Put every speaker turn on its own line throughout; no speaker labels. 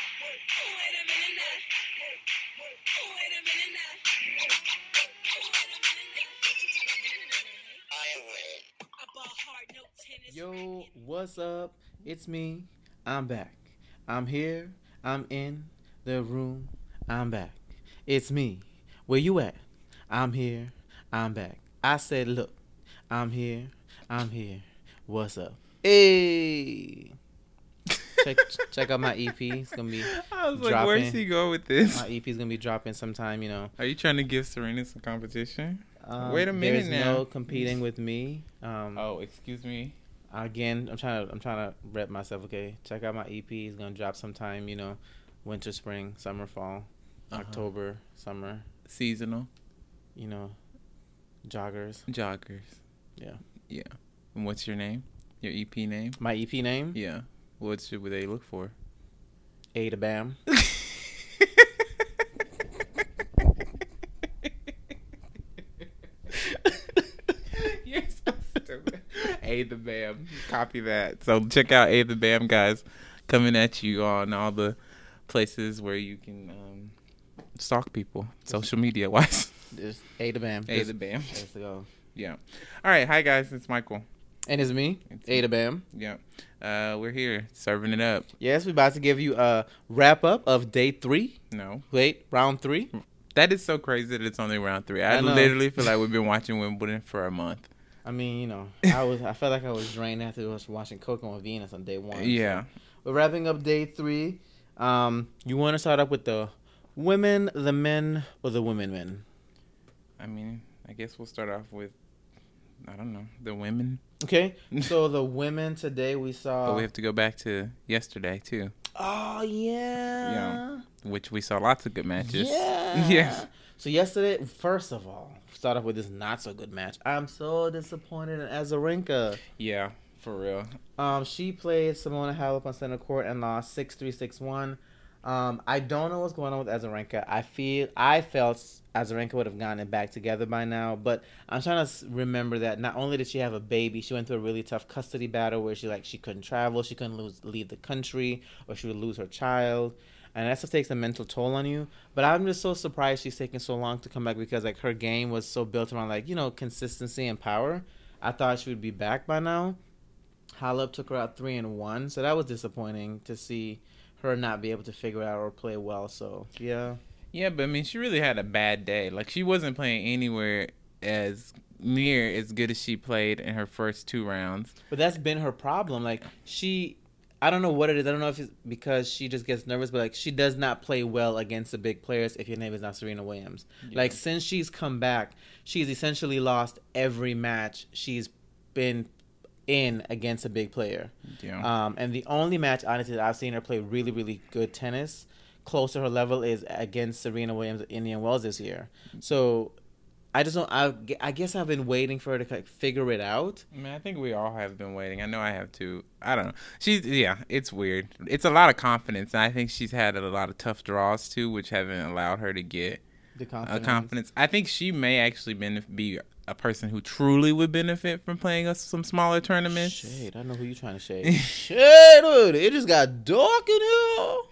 Wait a minute now. Wait a minute now. Wait a minute now. I am winning. I ball hard, no tennis.
Yo, what's up? It's me. I'm back. I'm here. I'm in the room. I'm back. It's me. Where you at? I'm here. I'm back. I said, look, I'm here. I'm here. What's up? Hey. check check out my EP. It's gonna be
I was like,
dropping.
where's he going with this?
my E EP is gonna be dropping sometime. You know.
Are you trying to give Serena some competition?
Um,
Wait a minute
there's
now.
no competing with me. Um,
Oh, excuse me.
again i'm trying to i'm trying to rep myself okay check out my ep it's gonna drop sometime you know winter spring summer fall
Uh-huh.
october summer
Seasonal
you know joggers
joggers.
Yeah.
Yeah. And what's your name? Your EP name?
my ep name
Yeah. What should they look for?
ada bam
You're so stupid. A the Bam. Copy that. So check out A the Bam, guys. Coming at you on all the places where you can um, stalk people, social media wise.
just ada bam
A the Bam.
let's go
Yeah. All right. Hi, guys. It's Michael.
and it's me
It's
ada bam
Yeah. Uh, we're here serving it up.
yes we're about to give you a wrap up of day three
No.
wait round three
That is so crazy that it's only round three. I,
I know.
literally feel like we've been watching Wimbledon for a month.
i mean you know i was i felt like i was drained after was watching coco and venus on day one
Yeah.
We're wrapping up day three. Um, you want to start up with the women, the men, or the women men?
I mean, I guess we'll start off with, I don't know, the women.
Okay, so the women today we
But
saw.
we have to go back to yesterday too,
oh yeah,
which we saw lots of good matches.
yeah,
Yes.
So yesterday, first of all, start off with this not so good match. I'm so disappointed in Azarenka.
Yeah, for real.
Um, she played Simona Halep on center court and lost six three six one. Um, I don't know what's going on with Azarenka. I feel I felt Azarenka would have gotten it back together by now, but I'm trying to s- remember that not only did she have a baby, she went through a really tough custody battle where she like she couldn't travel, she couldn't lose, leave the country, or she would lose her child, and that stuff takes a mental toll on you. But I'm just so surprised she's taking so long to come back because like her game was so built around like you know consistency and power. I thought she would be back by now. Halep took her out three and one, so that was disappointing to see her not be able to figure it out or play well. So yeah,
Yeah, but I mean, she really had a bad day. Like she wasn't playing anywhere as near as good as she played in her first two rounds.
but that's been her problem. Like she, I don't know what it is. I don't know if it's because she just gets nervous, but like she does not play well against the big players. If your name is not Serena Williams, like since she's come back, she's essentially lost every match she's been in against a big player.
Yeah.
Um, and the only match, honestly, that I've seen her play really, really good tennis, close to her level, is against Serena Williams at Indian Wells this year. So I just don't. I, gu- I guess I've been waiting for her to like, figure it out.
I mean, I think we all have been waiting. I know I have too. I don't know. She's yeah, it's weird. It's a lot of confidence, and I think she's had a lot of tough draws too, which haven't allowed her to get
The
a
confidence.
confidence. I think she may actually benef- be a person who truly would benefit from playing us some smaller tournaments.
Shade. I know who you trying to shade. shade, dude. It just got dark in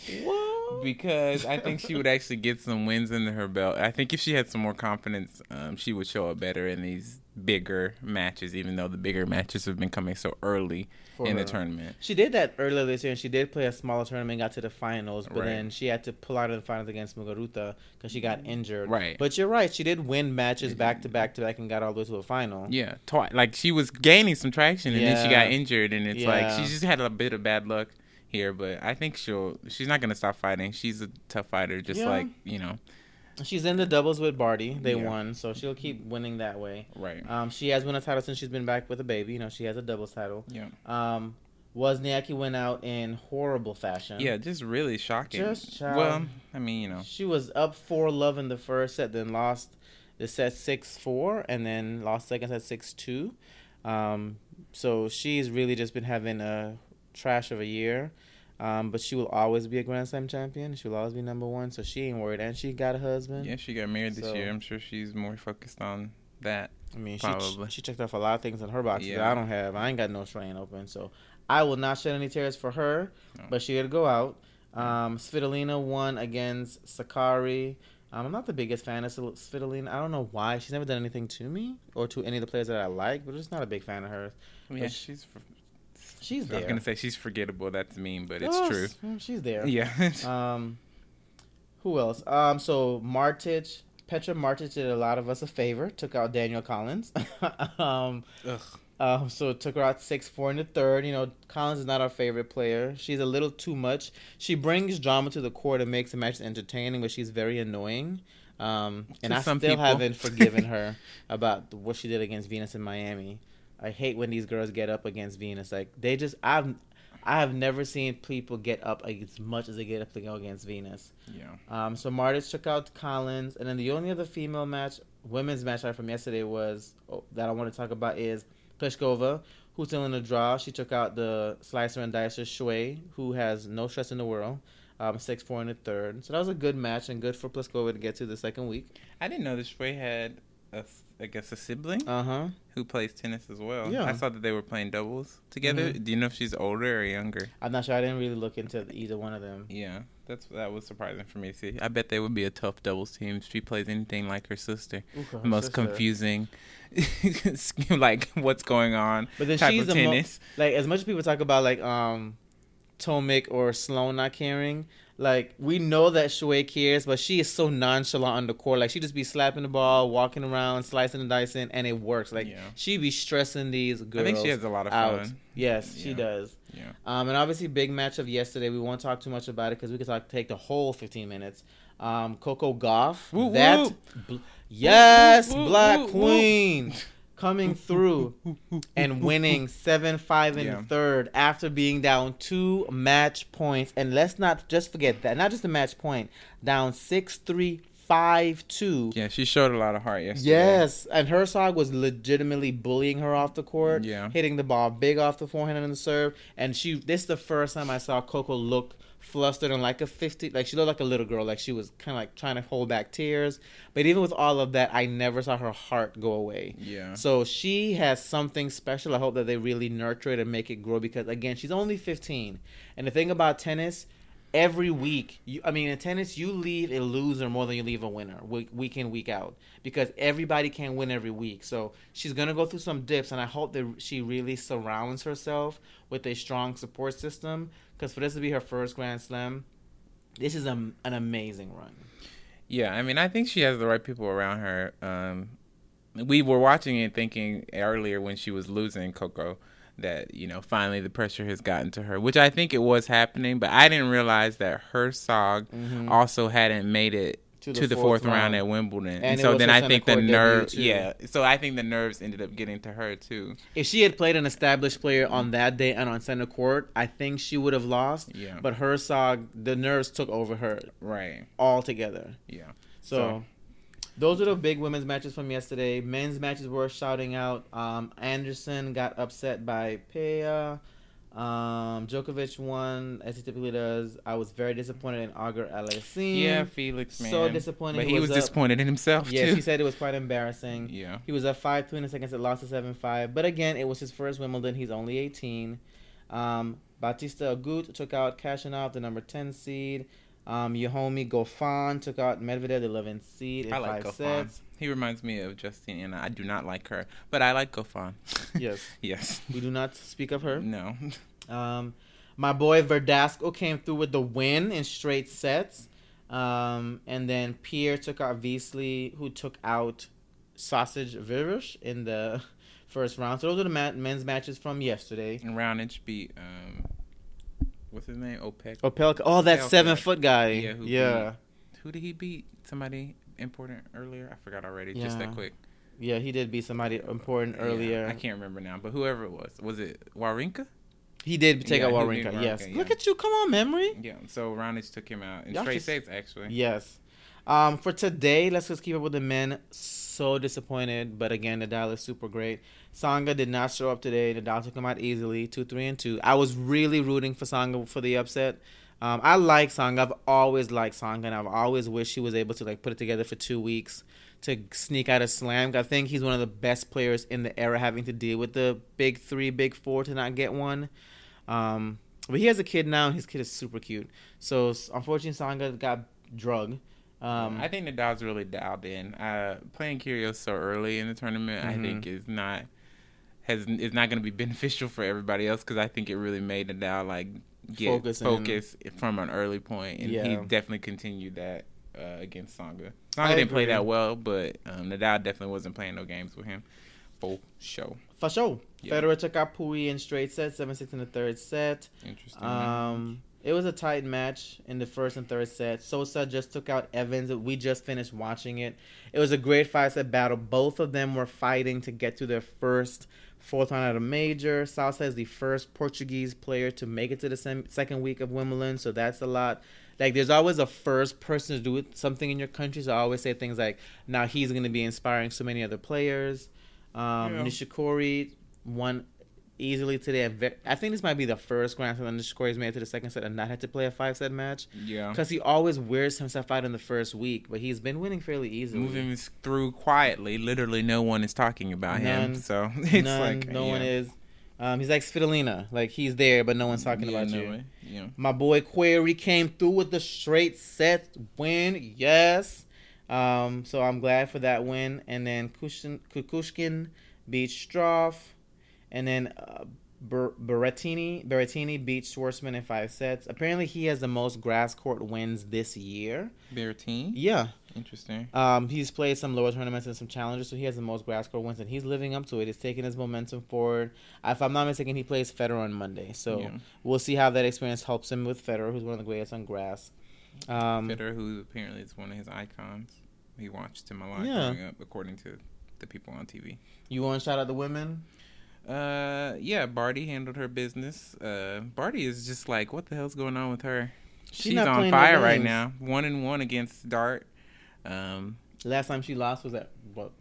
here. Whoa.
Because I think she would actually get some wins under her belt. I think if she had some more confidence, um, she would show up better in these bigger matches, even though the bigger matches have been coming so early
For
in
her.
the tournament.
She did that earlier this year, and she did play a smaller tournament, got to the finals, but
Right.
then she had to pull out of the finals against Muguruza because she got injured.
Right.
But you're right; she did win matches back to back to back and got all the way to a final.
Yeah, twice. Like she was gaining some traction, and then she
Yeah.
got injured, and it's like
Yeah.
she just had a bit of bad luck here. But I think she'll. She's not gonna stop fighting. She's a tough fighter, just
Yeah.
like you know.
She's in the doubles with Barty; they
Yeah.
won, so she'll keep winning that way.
Right.
Um, she has won a title since she's been back with a baby. You know, she has a doubles title.
Yeah.
Um, Wozniacki went out in horrible fashion.
Yeah, just really shocking.
Just child.
well, I mean, you know,
She was up four love in the first set, then lost the set six four, and then lost second set six two. Um, so she's really just been having a trash of a year. Um, but she will always be a Grand Slam champion. She will always be number one. So she ain't worried, and she got a husband.
yeah, she got married this
So-
year. I'm sure she's more focused on that.
I mean, she
Probably.
she checked off a lot of things on her box that
Yeah.
I don't have. I ain't got no Australian Open, so I will not shed any tears for her. But she got to go out. Um, Svitolina won against Sakari. Um, I'm not the biggest fan of Svil- Svitolina. I don't know why. She's never done anything to me or to any of the players that I like, but I'm just not a big fan of hers.
Oh, Yeah, she's. For-
She's
I
there.
was gonna say she's forgettable. That's mean, but it's
Yes,
true.
mm, She's there.
Yeah.
Um, who else? Um, so Martic, Petra Martic did a lot of us a favor. Took out Daniel Collins. um,
Ugh.
um, so took her out six four in the third. You know, Collins is not our favorite player. She's a little too much. She brings drama to the court and makes the matches entertaining, but she's very annoying. Um, and
To
I still
some people.
haven't forgiven her about the- what she did against Venus in Miami. I hate when these girls get up against Venus. Like they just, I've, I have never seen people get up as much as they get up to go against Venus.
Yeah.
Um, so Martis took out Collins, and then the only other female match, women's match I from yesterday was oh, that I want to talk about is Pliskova, who's still in the draw. She took out the slicer and dicer Shui, who has no stress in the world. Um, six four in the third, so that was a good match and good for Pliskova to get to the second week.
I didn't know this Shrey had, a s I guess, a sibling
Uh huh.
who plays tennis as well.
Yeah.
I saw that they were playing doubles together. Do you know if she's older or younger?
I'm not sure. I didn't really look into either one of them.
Yeah, that's that was surprising for me. to See, I bet they would be a tough doubles team if she plays anything like her sister.
Ooh, her
the most
sister.
confusing, like what's going on.
But then
type
she's
of
the mo-
tennis.
like as much as people talk about like um Tomic or Sloan not caring, like we know that Shuei cares, but she is so nonchalant on the court. Like she just be slapping the ball, walking around, slicing and dicing, and it works. Like
Yeah.
she be stressing these girls.
I think she has a lot of
out.
fun.
Yes, she
Yeah.
does.
Yeah.
Um, and obviously, big match of yesterday. We won't talk too much about it because we could talk take the whole fifteen minutes. Um, Coco Goff,
Woo,
that
woo.
bl- yes,
woo,
Black
woo, woo.
Queen coming through and winning seven five in
Yeah.
the third after being down two match points. And let's not just forget that not just a match point, down six three five two.
Yeah, she showed a lot of heart yesterday.
Yes, and Herzog was legitimately bullying her off the court.
Yeah.
hitting the ball big off the forehand and the serve. And she, this is the first time I saw Coco look flustered and like a fifty, like she looked like a little girl, like she was kind of like trying to hold back tears. But even with all of that, I never saw her heart go away.
Yeah.
So she has something special. I hope that they really nurture it and make it grow because again, she's only 15. And the thing about tennis, every week, you I mean in tennis, you leave a loser more than you leave a winner week, week in week out because everybody can win every week. So she's going to go through some dips and I hope that she really surrounds herself with a strong support system cuz for this to be her first grand slam, this is a, an amazing run.
Yeah, I mean, I think she has the right people around her. Um, we were watching and thinking earlier when she was losing Coco that you know finally the pressure has gotten to her, which I think it was happening, but I didn't realize that Herzog
Mm-hmm.
also hadn't made it. To the, fourth, round, at Wimbledon, and,
it
so
was
then
her
I
center
think the
court debut,
nerve,
too.
yeah. So I think the nerves ended up getting to her too.
If she had played an established player on that day and on center court, I think she would have lost.
Yeah.
But Herzog, the nerves took over her
Right.
altogether.
Yeah.
So,
So-
those are the big women's matches from yesterday. Men's matches were shouting out. Um, Anderson got upset by Pea. Um, Djokovic won, as he typically does. I was very disappointed in Auger Aliassime.
Yeah, Felix, man.
Mm. So disappointed
But
he
he
was
was,
up.
disappointed in himself
Yes,
too.
he said it was quite embarrassing.
yeah.
He was up 5 2 in the seconds and lost to 7 5. But again, it was his first Wimbledon. He's only 18. Um, Batista Agut took out Kashinov, the number 10 seed. Um, Yohomi Gofan took out Medvedev, the 11th seed in
I like
five
Gofan.
sets.
He reminds me of Justine, and I do not like her, but I like Gofan.
Yes.
yes.
We do not speak of her.
No.
Um, my boy Verdasco came through with the win in straight sets. Um, and then Pierre took out Veasley, who took out Sausage Virush in the first round. So those are the ma- men's matches from yesterday.
And Roundage beat um, what's his name? Opec.
Opelka. Oh, that
Opelka.
seven foot guy.
Yeah,
Yeah.
who
Yeah.
Who did he beat? Somebody important earlier? I forgot already. Just
Yeah.
that quick.
he did beat somebody important
Yeah,
earlier.
I can't remember now, but whoever it was, was it Warinka?
He did take
Yeah,
out
he beat
Wawrinka. Yes.
Wawrinka, yeah.
Look at you. Come on, memory.
Yeah. So Roundage took him out in
Y'all
straight
just-
sets, actually.
Yes. Um, for today, let's just keep up with the men. So disappointed, but again, Nadal is super great. Sanga did not show up today. Nadal took him out easily, two, three, and two. I was really rooting for Sanga for the upset. Um, I like Sanga. I've always liked Sanga, and I've always wished he was able to like put it together for two weeks to sneak out a slam. I think he's one of the best players in the era, having to deal with the big three, big four to not get one. Um, but he has a kid now, and his kid is super cute. So s- unfortunately, Sanga got drug. Um,
I think the dog's really dialed in. Uh, playing Kyrgios so early in the tournament,
Mhm.
I think is not has is not going to be beneficial for everybody else because I think it really made the dial like get
Focus
focus,
and-
from an early point, and he
Yeah.
definitely continued that uh, against Songa.
I
Songa didn't play
agree.
that well, but um, Nadal definitely wasn't playing no games with him for sure.
for sure.
Yeah.
Federer took out Pui in straight sets, seven six in the third set.
Interesting.
Um, it was a tight match in the first and third set. Sosa just took out Evans. We just finished watching it. It was a great five set battle. Both of them were fighting to get to their first fourth round at a major. Sousa is the first Portuguese player to make it to the sem- second week of Wimbledon, so that's a lot. Like, there's always a first person to do something in your country. So I always say things like, "Now he's going to be inspiring so many other players." Um,
Yeah.
Nishikori won easily today. And ve- I think this might be the first Grand Slam that Nishikori's made it to the second set and not had to play a five set match
yeah.
because he always wears himself out in the first week, but he's been winning fairly easily.
Moving is through quietly. Literally, no one is talking about
None.
him. So it's
None,
like
no
yeah.
one is. Um, he's like Svitolina, like he's there, but no one's talking
Yeah,
about
no
you.
one. Yeah.
My boy Query came through with the straight set win. Yes. Um, so I'm glad for that win. And then Kushin, Kukushkin beat Stroff. And then uh, Ber- Berrettini, Berrettini beat Schwartzman in five sets. Apparently, he has the most grass court wins this year.
Their team.
Yeah.
Interesting.
Um, he's played some lower tournaments and some challenges, so he has the most grass court wins, and he's living up to it. He's taking his momentum forward. If I'm not mistaken, he plays Federer on Monday, so
Yeah.
we'll see how that experience helps him with Federer, who's one of the greatest on grass. Um,
Federer, who apparently is one of his icons. He watched him a lot
Yeah.
growing up, according to the people on TV.
you want to shout out the women?
Uh, yeah, Barty handled her business. Uh, Barty is just like, what the hell's going on with her?
She
She's
not
on
playing no
fire right
games.
now. One and one against Dart. Um,
Last time she lost was at what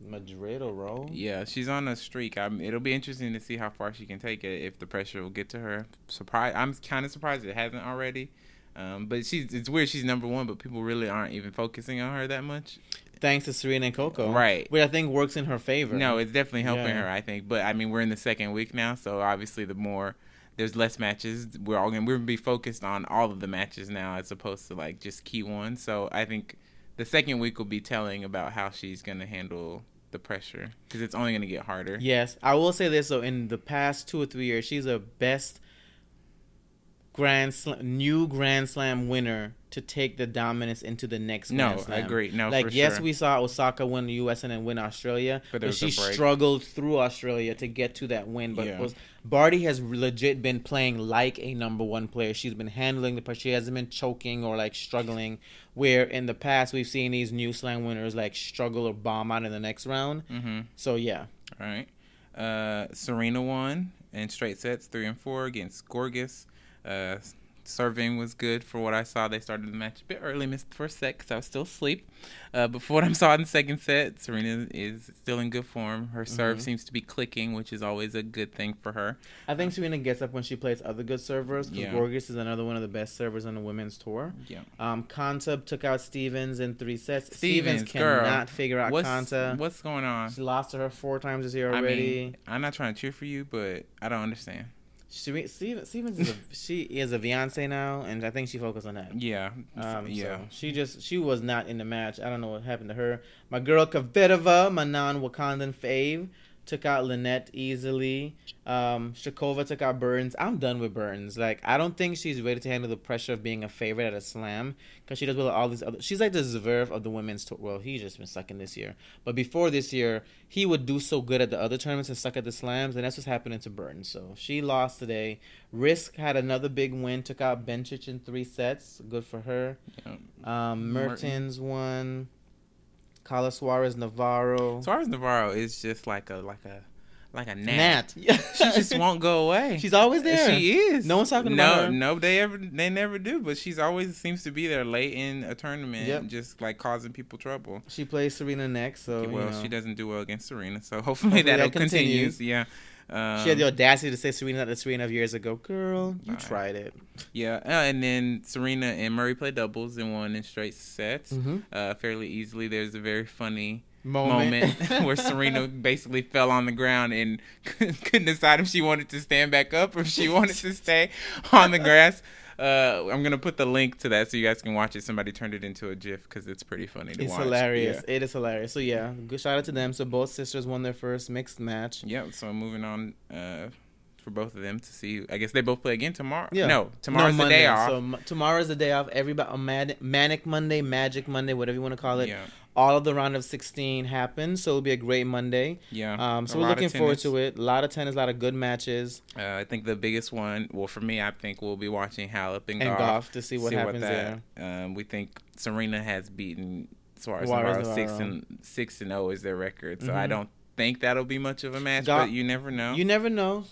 Madrid or Rome?
yeah, she's on a streak. I'm, it'll be interesting to see how far she can take it if the pressure will get to her. Surprise! I'm kind of surprised it hasn't already. Um, but she's it's weird. She's number one, but people really aren't even focusing on her that much.
Thanks to Serena and Coco,
Right.
Which I think works in her favor.
No, it's definitely helping
Yeah.
her, I think. But I mean, we're in the second week now, so obviously the more there's less matches, we're all gonna we're gonna be focused on all of the matches now as opposed to like just key one. So I think the second week will be telling about how she's gonna handle the pressure because it's only gonna get harder.
Yes, I will say this though. In the past two or three years, she's the best Grand Slam, new Grand Slam winner to take the dominance into the next. Grand
No, I
Slam.
agree. No,
Like
for
yes,
sure.
we saw Osaka win the U.S. and then win Australia,
But
but,
there was
she
a break.
struggled through Australia to get to that win. But
Yeah.
was, Barty has legit been playing like a number one player. She's been handling the pressure. She hasn't been choking or like struggling. Where in the past we've seen these new slam winners like struggle or bomb out in the next round.
Mm-hmm.
So yeah,
All right. Uh, Serena won in straight sets, three and four against Gorgas. Uh, serving was good for what I saw. They started the match a bit early, missed the first set because I was still asleep. Uh, but for what I saw in the second set, Serena is still in good form. Her serve seems to be clicking, which is always a good thing for her.
I think Serena gets up when she plays other good servers because
Yeah.
Gorgas is another one of the best servers on the women's tour.
Yeah.
Um, Conta took out Stevens in three sets. Stevens,
Stevens, girl.
cannot figure out
What's,
Conta.
what's going on?
She lost to her four times this year
I
already.
mean, I'm not trying to cheer for you, but I don't understand.
She, Stevens, Stevens is a, she is a Beyonce now, and I think she focused on that.
Yeah.
Um,
yeah.
So she just she was not in the match. I don't know what happened to her. My girl Kvitova, my non-Wakandan fave, took out Lynette easily. Um, Shakova took out Burns. I'm done with Burns. Like I don't think she's ready to handle the pressure of being a favorite at a slam because she does well at all these other. She's like the Zverev of the women's tour. Well, he's just been sucking this year, but before this year, he would do so good at the other tournaments and suck at the slams, and that's what's happening to Burns. So she lost today. Risk had another big win. Took out Benchich in three sets. Good for her.
Um,
Um, Mertens
Mertens.
won. Carla Suarez Navarro.
Suarez Navarro is just like a like a like a gnat.
Nat. Yeah.
she just won't go away.
She's always there.
She is.
No one's talking
no,
about her.
No, they ever they never do. But she's always seems to be there late in a tournament,
Yep.
just like causing people trouble.
She plays Serena next, so you
well,
know.
she
she,
doesn't do well against Serena, so hopefully,
Oh, Hopefully
that'll
that continues.
continues. Yeah. Um,
had the audacity to say Serena not the Serena of years ago. Girl, you
Right.
tried it.
yeah, uh, and then Serena and Murray played doubles and won in straight sets
Mhm.
uh, fairly easily. There's a very funny moment, where Serena basically fell on the ground and couldn't decide if she wanted to stand back up or if she wanted to stay on the grass. Uh, I'm gonna put the link to that so you guys can watch it. Somebody turned it into a GIF because it's pretty funny to
It's
watch.
hilarious. It is hilarious. So yeah, good shout out to them. So both sisters won their first mixed match.
Yeah. yeah so moving on uh, for both of them to see. I guess they both play again tomorrow.
Yeah.
No, tomorrow's the
Monday.
day off.
So m- tomorrow's the day off. Everybody, on Mad- manic Monday, magic Monday, whatever you want to call it.
Yeah.
All of the round of sixteen happens, so it'll be a great Monday.
Yeah.
Um, so
A
we're
lot of
looking forward
tennis.
to it. A lot of tennis, a lot of good matches.
Uh, I think the biggest one, well, for me, I think we'll be watching Halep and,
And
Goff,
Goff to see what happens
there. Um, we think Serena has beaten Suarez
Suarez uh,
Navarro six
Navarro.
and six and zero is their record. So I don't think that'll be much of a match,
Goff-
but you never know.
You never know.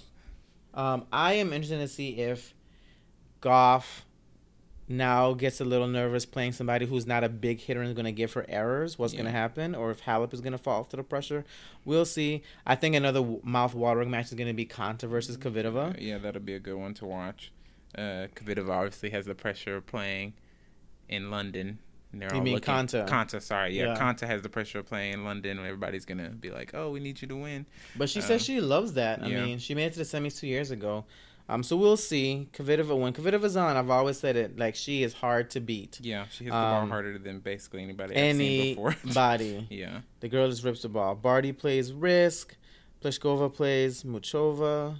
Um, I am interested to see if Goff now gets a little nervous playing somebody who's not a big hitter and is going to give her errors. What's going
Yeah.
to happen, or if Halep is going to fall to the pressure. We'll see. I think another mouth watering match is going to be Conta versus
Mm,
Kvitova.
yeah, that'll be a good one to watch. Uh, Kvitova obviously has the pressure of playing in London. And they're
You
all
mean
looking,
Konta.
Konta, sorry. Yeah,
Yeah.
Conta has the pressure of playing in London. and Everybody's going to be like, oh, we need you to win.
But she
Uh,
says she loves that. I
yeah.
mean, she made it to the semis two years ago. Um, so we'll see. Kvitova, when Kvitova's on, I've always said it, like she is hard to beat.
Yeah, she hits the ball
Um,
harder than basically anybody I've seen before.
Anybody.
yeah.
the girl just rips the ball. Barty plays Risk. Pleshkova plays Muchova.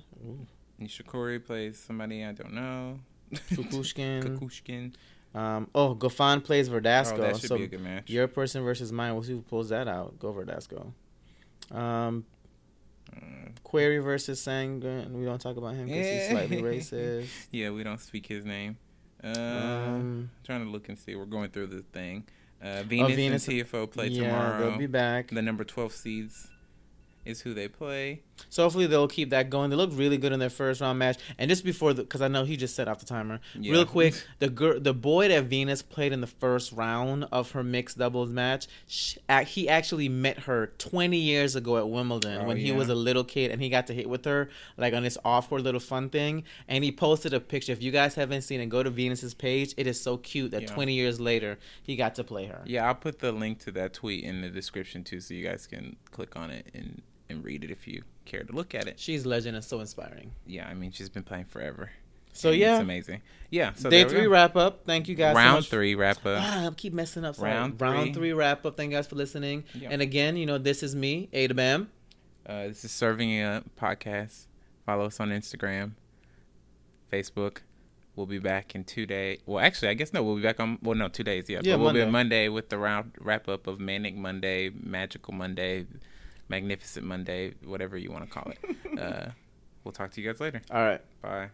Nishikori plays somebody I don't know.
Kukushkin.
Kukushkin.
um, oh, Gofan plays Verdasco.
Oh, that should
so
be a good match.
your person versus mine. We'll see who pulls that out. Go Verdasco. Um,
Uh,
Query versus Sangun. We don't talk about him because he's
Yeah.
slightly racist.
Yeah, we don't speak his name. Uh,
Um, Oh,
trying to look and see. We're going through the thing. Uh, Venus,
Venus-
and TFO play
they'll
tomorrow.
be back.
The number 12 seeds is who they play.
So hopefully they'll keep that going. They looked really good in their first round match, and just before the because I know he just set off the timer
Yeah.
real quick. The girl, the boy that Venus played in the first round of her mixed doubles match, sh ac he actually met her 20 years ago at Wimbledon
Oh,
when he
yeah.
was a little kid, and he got to hit with her like on this awkward little fun thing. And he posted a picture. If you guys haven't seen it, go to Venus's page. It is so cute that
Yeah.
20 years later he got to play her.
Yeah, I'll put the link to that tweet in the description too, so you guys can click on it and, and read it if you care to look at it.
She's legend and so inspiring.
Yeah, I mean, she's been playing forever.
So
And It's
yeah,
amazing. Yeah, so
day
there we
three
go.
wrap up. Thank you guys. so
round
much
three wrap up.
Ah, I keep messing up. Sorry. Round
Round
three.
three.
wrap up. Thank you guys for listening.
Yeah.
And again, you know, this is me, Ada Bam.
Uh, this is Serving It Up podcast. Follow us on Instagram, Facebook. We'll be back in two days. Well, actually, I guess no. We'll be back on. Well, no, two days. Yeah,
Yeah,
but we'll be on
Monday.
Monday with the round wrap up of Manic Monday, Magical Monday, Magnificent Monday, whatever you want to call it. uh, we'll talk to you guys later.
All right.
Bye.